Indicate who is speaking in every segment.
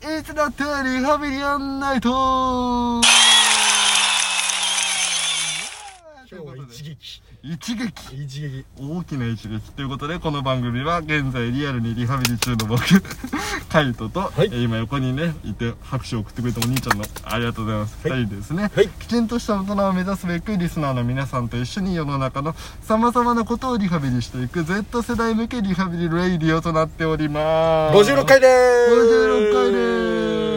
Speaker 1: いつだってリハビリやんないと今
Speaker 2: 今日は一撃
Speaker 1: 一撃
Speaker 2: 一撃
Speaker 1: 大きな一撃ということでこの番組は現在リアルにリハビリ中の僕 カイトと、
Speaker 2: い
Speaker 1: えー今横にねいて拍手を送ってくれたお兄ちゃんのありがとうございます、
Speaker 2: はい
Speaker 1: 二人ですね、
Speaker 2: はい
Speaker 1: きちんとした大人を目指すべくリスナーの皆さんと一緒に世の中のさまざまなことをリハビリしていく Z 世代向けリハビリレイディオとなっております
Speaker 2: 56回でーす
Speaker 1: 56回でーす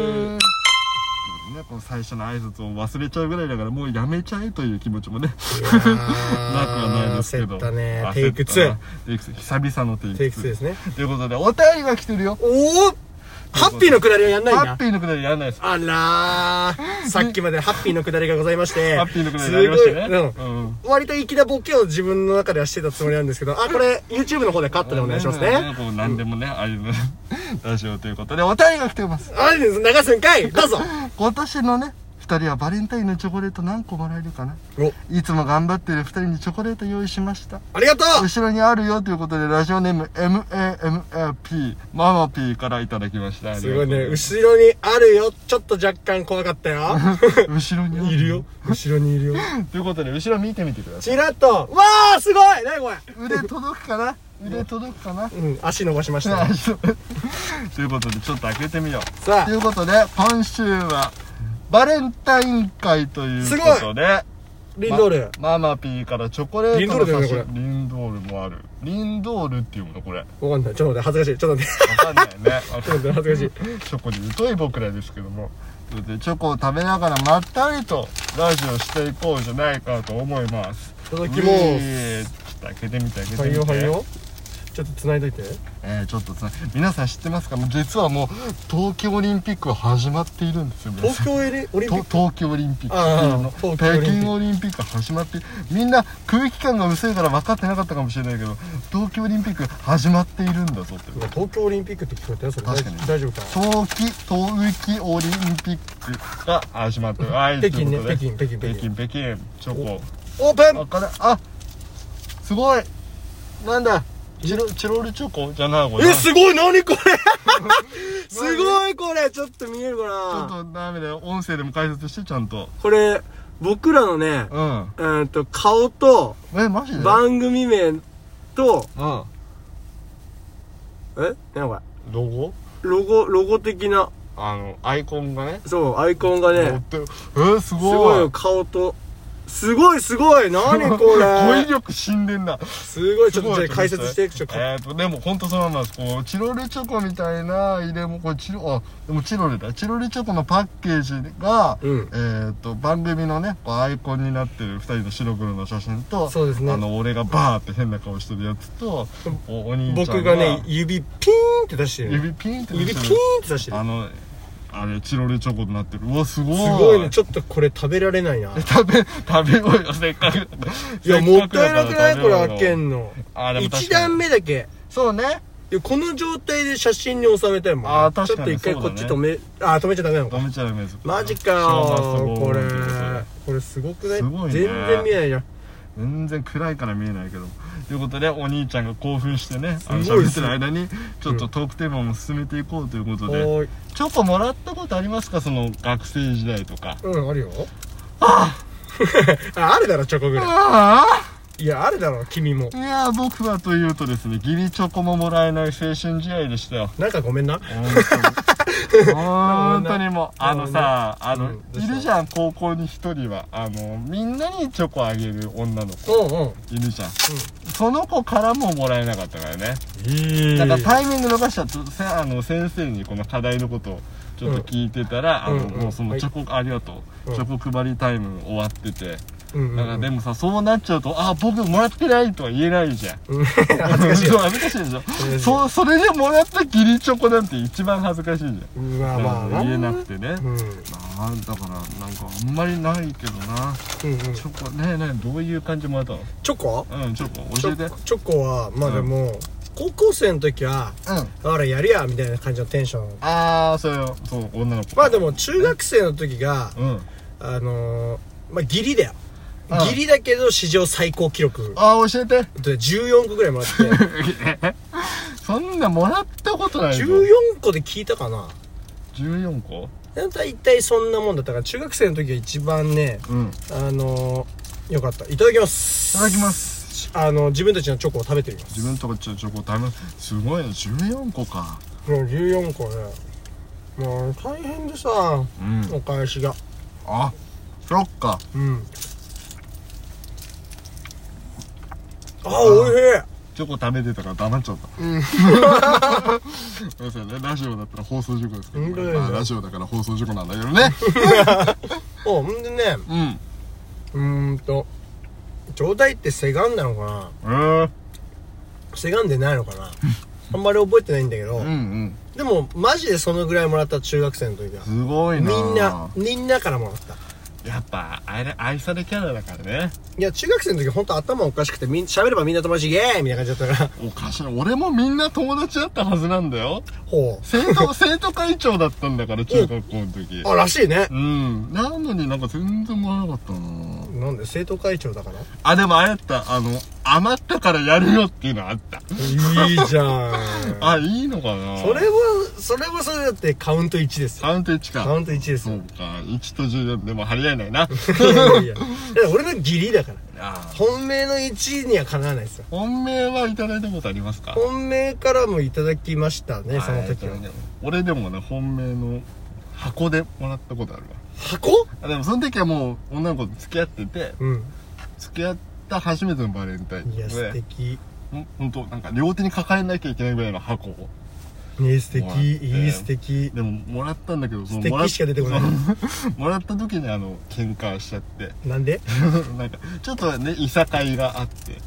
Speaker 1: ね、この最初の挨拶を忘れちゃうぐらいだからもうやめちゃえという気持ちもね
Speaker 2: なく
Speaker 1: なくはないですけど
Speaker 2: 焦ったね
Speaker 1: 焦
Speaker 2: テイク
Speaker 1: ったな
Speaker 2: 2
Speaker 1: テイク2久々のテイク2
Speaker 2: テイク2ですね
Speaker 1: ということでお便りが来てるよ
Speaker 2: おおハッピーのくだりはやんない
Speaker 1: ハッ
Speaker 2: な
Speaker 1: ピーのくだりやらないです
Speaker 2: あらーさっきまでハッピーのくだりがございまして
Speaker 1: ハッピーのくだりやりましたね
Speaker 2: すごいうん
Speaker 1: うん
Speaker 2: 割と粋なボケを自分の中ではしてたつもりなんですけどあこれ YouTube の方でカットでお願いしますね
Speaker 1: こう何でもねああいうの出しようということでお便りが来てます
Speaker 2: あ流すんかいどうぞ
Speaker 1: 今年のね2人はバレンタインのチョコレート何個もらえるかな
Speaker 2: お
Speaker 1: いつも頑張ってる2人にチョコレート用意しました
Speaker 2: ありがとう
Speaker 1: 後ろにあるよということでラジオネーム MAMAP ママ P からいただきましたあり
Speaker 2: す
Speaker 1: が
Speaker 2: ご
Speaker 1: と
Speaker 2: いう
Speaker 1: ざ
Speaker 2: ね
Speaker 1: ます
Speaker 2: 後ろにあるよちょっと若干怖かっ たよ
Speaker 1: 後ろにあ
Speaker 2: いるよ後ろにいるよ
Speaker 1: ということで後ろ見てみてください
Speaker 2: チラッとわあすごい何これ
Speaker 1: 腕届くかな腕届くかな
Speaker 2: うん足伸ばしました
Speaker 1: ということでちょっと開けてみよう
Speaker 2: さ
Speaker 1: ということで今週はバレンタイン会という
Speaker 2: す
Speaker 1: こ
Speaker 2: ご
Speaker 1: とで
Speaker 2: リンドール
Speaker 1: ママピーからチョコレートの写
Speaker 2: リンドール
Speaker 1: 真リンドー
Speaker 2: だよね
Speaker 1: ルもあるリンドールっていうのこれわ
Speaker 2: わかんないちょっと待って恥ずかしいちょっと待って
Speaker 1: かんないね
Speaker 2: ちょっと待って恥ずかしい
Speaker 1: チョコに疎い僕らですけどもということでチョコを食べながらまったりとラジオしていこうじゃないかと思います
Speaker 2: いただきます
Speaker 1: うえーちょっと開けてみて開けて
Speaker 2: はい
Speaker 1: みて
Speaker 2: よはいよちょっと繋いどいて
Speaker 1: えー、ちょっとつな皆さん知ってますかもう実はもう東京オリンピックは始まっているんですよ皆さん
Speaker 2: 東京エリオリンピッ
Speaker 1: と
Speaker 2: ク
Speaker 1: 東京オリンピック
Speaker 2: ああ
Speaker 1: 冬季
Speaker 2: 東京オリ
Speaker 1: 北
Speaker 2: ンピック
Speaker 1: 京オリンピック始まってみんな空気感が薄いから分かってなかったかもしれないけど東京オリンピック始まっているんだぞって
Speaker 2: うわ東京オリンピックって聞こえたよそれ
Speaker 1: 確かに
Speaker 2: 大丈夫か
Speaker 1: 冬季冬季オリンピックが始まってるはい
Speaker 2: 北京
Speaker 1: と
Speaker 2: ね
Speaker 1: いうことで
Speaker 2: 北京北京北
Speaker 1: 北
Speaker 2: 京
Speaker 1: 京北京チョコ
Speaker 2: オープン
Speaker 1: あからあすごいなんだチロチロールチョコじゃないこれ
Speaker 2: えすごい何 これすごいこれちょっと見えるか
Speaker 1: ちょっ
Speaker 2: な
Speaker 1: とダメだよ音声でも解説してちゃんと
Speaker 2: これ僕らのね
Speaker 1: うん
Speaker 2: うーんと顔と
Speaker 1: えマジで
Speaker 2: 番組名と
Speaker 1: うん
Speaker 2: え何これ
Speaker 1: ロゴ
Speaker 2: ロゴロゴ的な
Speaker 1: あのアイコンがね
Speaker 2: そうアイコンが
Speaker 1: 持っ
Speaker 2: ね
Speaker 1: てるえー、す
Speaker 2: すごい
Speaker 1: ごい
Speaker 2: よ顔とすごいすごい何こ
Speaker 1: 語彙
Speaker 2: れ
Speaker 1: 力死んでんな
Speaker 2: す ごいちょ
Speaker 1: す
Speaker 2: っと
Speaker 1: ご
Speaker 2: じ
Speaker 1: い
Speaker 2: ゃあ解説していくちょっと
Speaker 1: えー、とでも本当そうなんですこうチロルチョコみたいな入れもこれチロあでもチロルだチロルチョコのパッケージが、
Speaker 2: うん
Speaker 1: えー、と番組のねこうアイコンになってる2人の白黒の写真と
Speaker 2: そうですね
Speaker 1: あの俺がバーって変な顔してるやつとおお兄ちゃん
Speaker 2: 僕がね指ピーンって出してる
Speaker 1: 指ピンって出
Speaker 2: 指ピーン
Speaker 1: し
Speaker 2: ってて
Speaker 1: る
Speaker 2: 出してる
Speaker 1: あのあれチロルチョコになってるうわすごい
Speaker 2: すごいねちょっとこれ食べられないな
Speaker 1: 食べ 食べようよせっかく
Speaker 2: いやもったいなくないこれ開け
Speaker 1: ん
Speaker 2: んの
Speaker 1: あでも確かに
Speaker 2: 一段目だけ
Speaker 1: そうね
Speaker 2: いやこの状態で写真に収めたいもんね
Speaker 1: あー確かに
Speaker 2: ちょっと一回こっち止めあー止めちゃダメなのか
Speaker 1: ダメちゃダメです
Speaker 2: マジかよこれ
Speaker 1: ー
Speaker 2: これすごくない
Speaker 1: すごいね
Speaker 2: 全然見えないじゃん
Speaker 1: 全然暗いから見えないけどということでお兄ちゃんが興奮してねあの
Speaker 2: すご
Speaker 1: 喋
Speaker 2: いで
Speaker 1: って
Speaker 2: す
Speaker 1: る
Speaker 2: ね
Speaker 1: 間にちょっとトークテーマも進めていこうということで、
Speaker 2: おーい
Speaker 1: チョコもらったことありますかその学生時代とか
Speaker 2: うんあるよ あああるだろチョコぐら
Speaker 1: ああ
Speaker 2: いいやあるだろ君も
Speaker 1: いやー僕はというとですね義理チョコももらえない青春試合で したよ
Speaker 2: なんかごめんな
Speaker 1: 本当にもうあのさあ
Speaker 2: う
Speaker 1: の
Speaker 2: んどう
Speaker 1: い
Speaker 2: した
Speaker 1: るじゃん高校に一人はあのみんなにチョコあげる女の子
Speaker 2: うんうん
Speaker 1: いるじゃんその子からももらえなかったからね
Speaker 2: いい
Speaker 1: だからタイミング逃しちゃってせあの先生にこの課題のことをちょっと聞いてたらあ
Speaker 2: うん
Speaker 1: の
Speaker 2: うん
Speaker 1: もうそのチョコありがと
Speaker 2: う
Speaker 1: うんチョコ配りタイム終わってて
Speaker 2: うん
Speaker 1: だから
Speaker 2: うん
Speaker 1: でもさそうなっちゃうとあ僕もらってないとは言えないじゃん
Speaker 2: うん 恥ずかしい
Speaker 1: そう恥ずかしいでしょ
Speaker 2: ずかしい
Speaker 1: そうそれでもらった義理チョコなんて一番恥ずかしいじゃん
Speaker 2: うわまあ
Speaker 1: 言えなくてね、
Speaker 2: うんうん
Speaker 1: まあだからなんかあんまりないけどな
Speaker 2: うん
Speaker 1: チョコねえねえどういう感じもらったの
Speaker 2: チョコ
Speaker 1: うんチョコ
Speaker 2: チ
Speaker 1: 教えてう
Speaker 2: ョチョコはまあでも高校生の時は
Speaker 1: ん
Speaker 2: あらやるやみたいな感じのテンション
Speaker 1: ああそれよそう女の子
Speaker 2: まあでも中学生の時が
Speaker 1: うん
Speaker 2: あのーまあギリだよ
Speaker 1: うん
Speaker 2: ギリだけど史上最高記録
Speaker 1: ああ教え て
Speaker 2: で14個ぐらいもら って
Speaker 1: そんなもらったことないぞ
Speaker 2: 14個で聞いたかな
Speaker 1: 14個
Speaker 2: 大体そんなもんだったから中学生の時が一番ね
Speaker 1: うんい
Speaker 2: あのー、よかったいただきます
Speaker 1: ただきます
Speaker 2: あの自分たちのチョコを食べてみます
Speaker 1: 自分とこちょチョコ食べすごいね14個か
Speaker 2: もう14個ねもう大変でさ
Speaker 1: うん
Speaker 2: お返しが
Speaker 1: あそっか
Speaker 2: うんあおいしい
Speaker 1: チョコ食べてたから黙っちゃった。
Speaker 2: うん
Speaker 1: そうですよね。ラジオだったら放送事故ですけど、
Speaker 2: 本当だよ
Speaker 1: まあラジオだから放送事故なんだけどね。
Speaker 2: おほんでね
Speaker 1: うん。
Speaker 2: うーんと状態ってせがんなのかな
Speaker 1: えー、
Speaker 2: せがんでないの かなあんまり覚えてないんだけど、
Speaker 1: うんうん。
Speaker 2: でもマジでそのぐらいもらった中学生の時は
Speaker 1: すごい
Speaker 2: み
Speaker 1: な。
Speaker 2: んな。みんなからもらった
Speaker 1: やっぱ、あれ、愛されキャラだからね。
Speaker 2: いや中学生の時本当頭おかしくてみん喋ればみんな友達イエーイみたいな感じだったか
Speaker 1: おかしい。俺もみんな友達だったはずなんだよ。
Speaker 2: らほ
Speaker 1: 生 徒、生徒会長だったんだから、中学校の時
Speaker 2: う。あらしいね
Speaker 1: うん。なのになんか全然もらえなかったな
Speaker 2: なんで生徒会長だから
Speaker 1: あ、でもあれやった。あの、余ったからやるよっていうのあった。
Speaker 2: いいじゃん
Speaker 1: あ、いいのかな
Speaker 2: それはそれはそれだってカウント1ですよ
Speaker 1: カウント1か。
Speaker 2: カウント1です
Speaker 1: そう
Speaker 2: よ
Speaker 1: か、1と14でも張り合え ないな。
Speaker 2: いやいやいやだから俺の義理だから
Speaker 1: あー
Speaker 2: 本命の1にはかなわないですよ
Speaker 1: 本命はいただいたことありますか
Speaker 2: 本命からもいただきましたねそ
Speaker 1: あ
Speaker 2: の時は
Speaker 1: ーえっとね俺でもね、本命の箱でもらったことあるわ。
Speaker 2: 箱
Speaker 1: あでもその時はもう女の子と付き合ってて、
Speaker 2: うん
Speaker 1: 付き合った初めてのバレンタイン
Speaker 2: いや素
Speaker 1: で、
Speaker 2: 敵
Speaker 1: ほんほんと、なんか両手に抱えなきゃいけないぐらいの箱を。
Speaker 2: ね素敵
Speaker 1: もらって
Speaker 2: いい素敵
Speaker 1: でももらったんだけど、そ
Speaker 2: 素
Speaker 1: のもらっ
Speaker 2: 敵しか出てこない
Speaker 1: もらった時にあの、喧嘩しちゃって、
Speaker 2: なんで
Speaker 1: なんか、ちょっとね、いさかいがあって。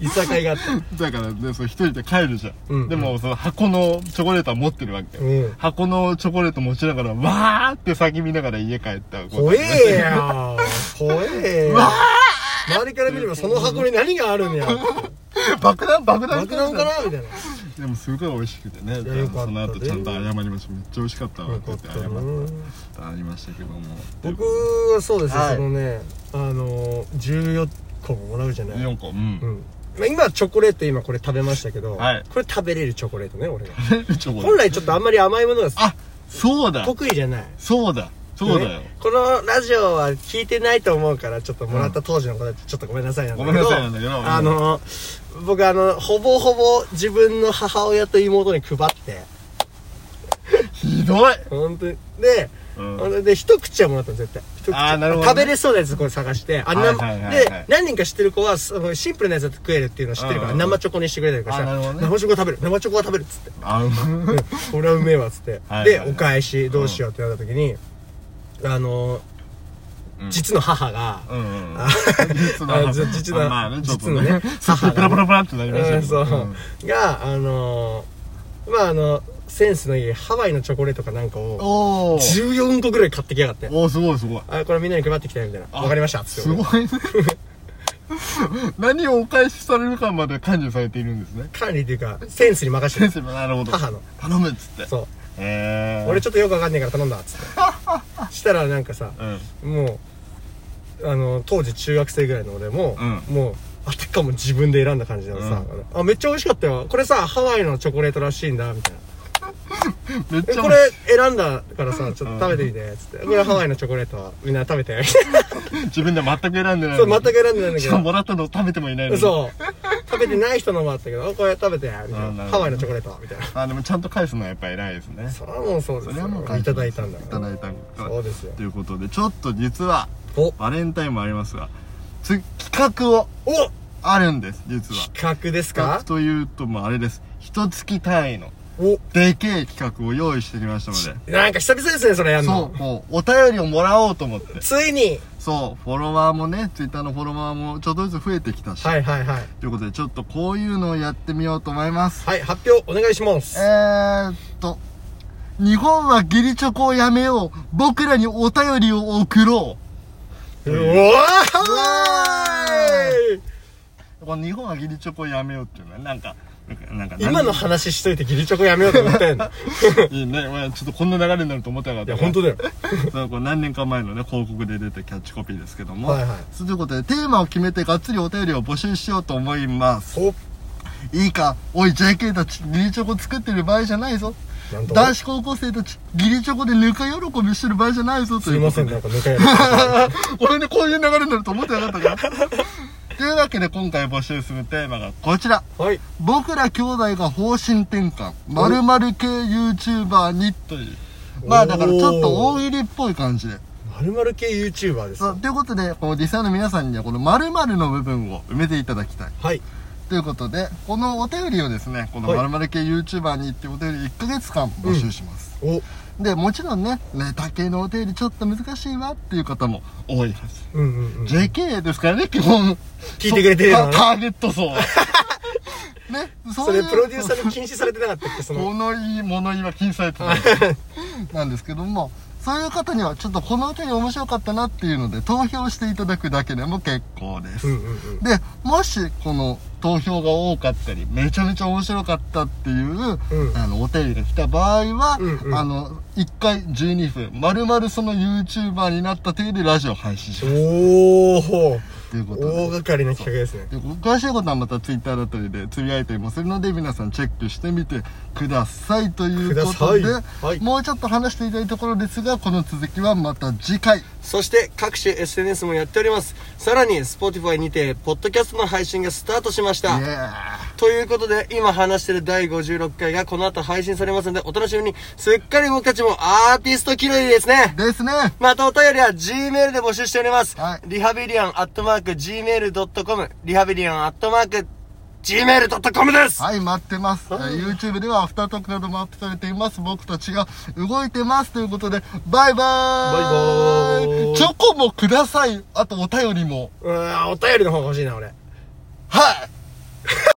Speaker 2: いさかいがあった
Speaker 1: だからね、そう一人で帰るじゃん。
Speaker 2: うん
Speaker 1: でも、その箱のチョコレートは持ってるわけ。
Speaker 2: うん
Speaker 1: 箱のチョコレート持ちながら、わーって叫びながら家帰った子。
Speaker 2: 怖えよ怖えよ周りから見ればその箱に何があるん や
Speaker 1: 爆弾爆弾
Speaker 2: 爆弾かなみたいな
Speaker 1: でも、すごい美味しくてね。
Speaker 2: いやよかった
Speaker 1: その後ちゃんと謝りました。めっちゃ美味しかったわ
Speaker 2: よ
Speaker 1: って言
Speaker 2: かっ
Speaker 1: って
Speaker 2: た
Speaker 1: 謝
Speaker 2: な
Speaker 1: った。ありましたけども。
Speaker 2: 僕はそうですね、
Speaker 1: はい
Speaker 2: そのねあの14個ももらうじゃない、
Speaker 1: 4個。う。
Speaker 2: うんんまあ今チョコレート今これ食べましたけど、
Speaker 1: はい
Speaker 2: これ食べれるチョコレートね俺が
Speaker 1: チョコ
Speaker 2: 本
Speaker 1: レー
Speaker 2: 来ちょっとあんまり甘いものが
Speaker 1: ト。あ、 そうだ。
Speaker 2: 得意じゃない
Speaker 1: そうだ。そうだよ
Speaker 2: ね。このラジオは聞いてないと思うからちょっともらった当時の子たちちょっとごめんなさいなんだ
Speaker 1: ご
Speaker 2: け
Speaker 1: めん
Speaker 2: ど
Speaker 1: なさいなんだけど。
Speaker 2: あ、の僕あのほぼほぼ自分の母親と妹に配って
Speaker 1: ひどい。
Speaker 2: 本当にで
Speaker 1: うん
Speaker 2: あので一口はもらったの絶対一口
Speaker 1: あーなるほどね
Speaker 2: 食べれそうなやつこれ探してあんな、
Speaker 1: はいはいはいはい
Speaker 2: で何人か知ってる子はそのシンプルなやつだと食えるっていうのを知ってるか
Speaker 1: う
Speaker 2: ら、
Speaker 1: んうんうん
Speaker 2: 生チョコにしてくれたりとかした
Speaker 1: あーな
Speaker 2: ら、
Speaker 1: るほどね
Speaker 2: 生チョコ食べる生チョコは食べるっつって
Speaker 1: あ、うん
Speaker 2: これはうめえわっつって
Speaker 1: はいはい
Speaker 2: で
Speaker 1: はい
Speaker 2: お返しどうしようってなった時に、あの
Speaker 1: うん
Speaker 2: 実の母が、
Speaker 1: うんうん
Speaker 2: あ
Speaker 1: 実
Speaker 2: あじゃ実の
Speaker 1: まあね、ちょっと
Speaker 2: 実の
Speaker 1: ね
Speaker 2: ね。
Speaker 1: ちょっとプラプラプラってなりました
Speaker 2: う
Speaker 1: け
Speaker 2: んそ
Speaker 1: ど。
Speaker 2: う、があのまああのセンスのいいハワイのチョコレートかなんかを
Speaker 1: おー。
Speaker 2: 14個ぐらい買ってきやがって
Speaker 1: おー、すごいすごい。
Speaker 2: あこれみんなに配ってきたよみたいな
Speaker 1: あ
Speaker 2: わかりましたっつって
Speaker 1: すご
Speaker 2: 俺
Speaker 1: いね。何をお返しされるかまで管理されているんですね。
Speaker 2: 管理っていうかセンスに任 せ
Speaker 1: 先
Speaker 2: て
Speaker 1: 生もなるほど。
Speaker 2: 母の
Speaker 1: 頼むっつって。
Speaker 2: そう
Speaker 1: えー。
Speaker 2: 俺ちょっとよくわかんねえから頼んだっつってしたらなんかさ
Speaker 1: うん。
Speaker 2: もうあの当時中学生ぐらいの俺も、
Speaker 1: う
Speaker 2: もうあたかも自分で選んだ感じのさ、あめっちゃ美味しかったよこれさハワイのチョコレートらしいんだみたいな
Speaker 1: めっ
Speaker 2: え
Speaker 1: ちゃ、
Speaker 2: これ選んだからさちょっと食べてみてつってこれハワイのチョコレートみんな食べてみたいな
Speaker 1: 自分では全く選んでない
Speaker 2: そう
Speaker 1: のに。
Speaker 2: 全く選んでないんだ
Speaker 1: し
Speaker 2: け
Speaker 1: かも
Speaker 2: ど
Speaker 1: もらったの食べてもいないのに。
Speaker 2: そう食べてない人のもあったけどあこれ食べてみた
Speaker 1: うん
Speaker 2: い
Speaker 1: な
Speaker 2: な
Speaker 1: るほど
Speaker 2: ハワイのチョコレートみたいな
Speaker 1: あ、でもちゃんと返すのはやっぱ偉いですね。
Speaker 2: それはもうそうで
Speaker 1: そ
Speaker 2: す
Speaker 1: れはもう
Speaker 2: よ
Speaker 1: 返
Speaker 2: い
Speaker 1: す
Speaker 2: ただいたんだ
Speaker 1: い
Speaker 2: か
Speaker 1: た
Speaker 2: ら
Speaker 1: だいたんだから
Speaker 2: そうですよ
Speaker 1: ということで、ちょっと実は、
Speaker 2: お
Speaker 1: バレンタインもありますが、つ企画を、
Speaker 2: お
Speaker 1: あるんです、実は。
Speaker 2: 企画です
Speaker 1: 企
Speaker 2: か
Speaker 1: 画というと、もうあれです。一月単位の、
Speaker 2: お
Speaker 1: でけえ企画を用意してきましたので。
Speaker 2: なんか久々ですねそれやん
Speaker 1: そ
Speaker 2: の
Speaker 1: う、もう、お便りをもらおうと思って。
Speaker 2: ついに
Speaker 1: そう、フォロワーもね、ツイッターのフォロワーもちょっとずつ増えてきたし。
Speaker 2: はいはいはい
Speaker 1: ということで、ちょっとこういうのをやってみようと思います。
Speaker 2: はい発表お願いします
Speaker 1: えーっと、日本は義理チョコをやめよう。僕らにお便りを送ろ。
Speaker 2: うわーいう
Speaker 1: この日本は義理チョコをやめようっていうのは、なんか、なんか、なんか
Speaker 2: 今の話しといてギリチョコやめようと思っ たんの
Speaker 1: いいね。まあちょっとこんな流れになると思ってなかっ
Speaker 2: い
Speaker 1: た
Speaker 2: や
Speaker 1: から。
Speaker 2: 本当だよ
Speaker 1: そうこう何年か前のね広告で出たキャッチコピーですけども、
Speaker 2: はいはい
Speaker 1: そういうことでテーマを決めてがっつりお便りを募集しようと思います
Speaker 2: お
Speaker 1: いいかおい JK たち義理チョコ作ってる場合じゃないぞ
Speaker 2: なんと
Speaker 1: 男子高校生たち、義理チョコでぬか喜びしてる場合じゃないぞと
Speaker 2: す
Speaker 1: い
Speaker 2: いうま
Speaker 1: こ
Speaker 2: せ
Speaker 1: と
Speaker 2: ん、
Speaker 1: で
Speaker 2: なんか抜かれる。
Speaker 1: 俺ね、こういう流れになると思ってなかったから。というわけで今回募集するテーマがこちら。
Speaker 2: はい。
Speaker 1: 僕ら兄弟が方針転換〇〇系 YouTuber にというまあだからちょっと大喜利っぽい感じで
Speaker 2: まるまる系 YouTuber です。
Speaker 1: そ
Speaker 2: は
Speaker 1: うということでこのリスナーの皆さんにはこの〇〇の部分を埋めていただきたい
Speaker 2: い。
Speaker 1: ということでこのお便りをですねこの
Speaker 2: はい
Speaker 1: 〇〇系 YouTuber にっていうお便り1ヶ月間募集します、
Speaker 2: お、
Speaker 1: でもちろんねネタ系のお便りちょっと難しいわっていう方も多いはず
Speaker 2: うんうんうん。
Speaker 1: JK ですからね基本
Speaker 2: 聞いてくれてるよ
Speaker 1: そう
Speaker 2: な
Speaker 1: タターゲット層 ね
Speaker 2: それプロデュ
Speaker 1: ー
Speaker 2: ーサーに禁止されてなかったっけそ の。
Speaker 1: 物言い物言いは禁止されてない なんですけどもそういう方にはちょっとこの歌に面白かったなっていうので投票していただくだけでも結構です、
Speaker 2: うんうんうん。
Speaker 1: でもしこの投票が多かったりめちゃめちゃ面白かったっていう、
Speaker 2: うん
Speaker 1: あのお便りが来た場合は、
Speaker 2: うんうん
Speaker 1: あの1回12分まるまるその YouTuber になったというでラジオ配信します
Speaker 2: おー。
Speaker 1: ということで
Speaker 2: 大掛かりな企画ですね。
Speaker 1: で詳しいことはまたツイッターだったりでつぶやいたりもするので皆さんチェックしてみてくださいということで
Speaker 2: くださ、いはい
Speaker 1: もうちょっと話していたいところですがこの続きはまた次回
Speaker 3: そして各種 SNS もやっておりますさらに Spotify にてポッドキャストの配信がスタートしまし
Speaker 1: イエ
Speaker 3: た
Speaker 1: ー
Speaker 3: ということで今話してる第56回がこの後配信されますのでお楽しみにすっかり僕たちもアーティスト気取りですね
Speaker 1: イですね
Speaker 3: またお便りは Gmail で募集しております。
Speaker 1: はい
Speaker 3: リハビリアンアットマーク Gmail.com。リハビリアンアットマーク Gmail.com です、
Speaker 1: はい待ってます、えー YouTube ではアフタートークなどもアップされています僕たちが動いてますということでバイバーイ
Speaker 2: バイバーイ
Speaker 1: チョコもくださいあとお便りも
Speaker 2: うわーお便りの方が欲しいな、俺。
Speaker 1: はい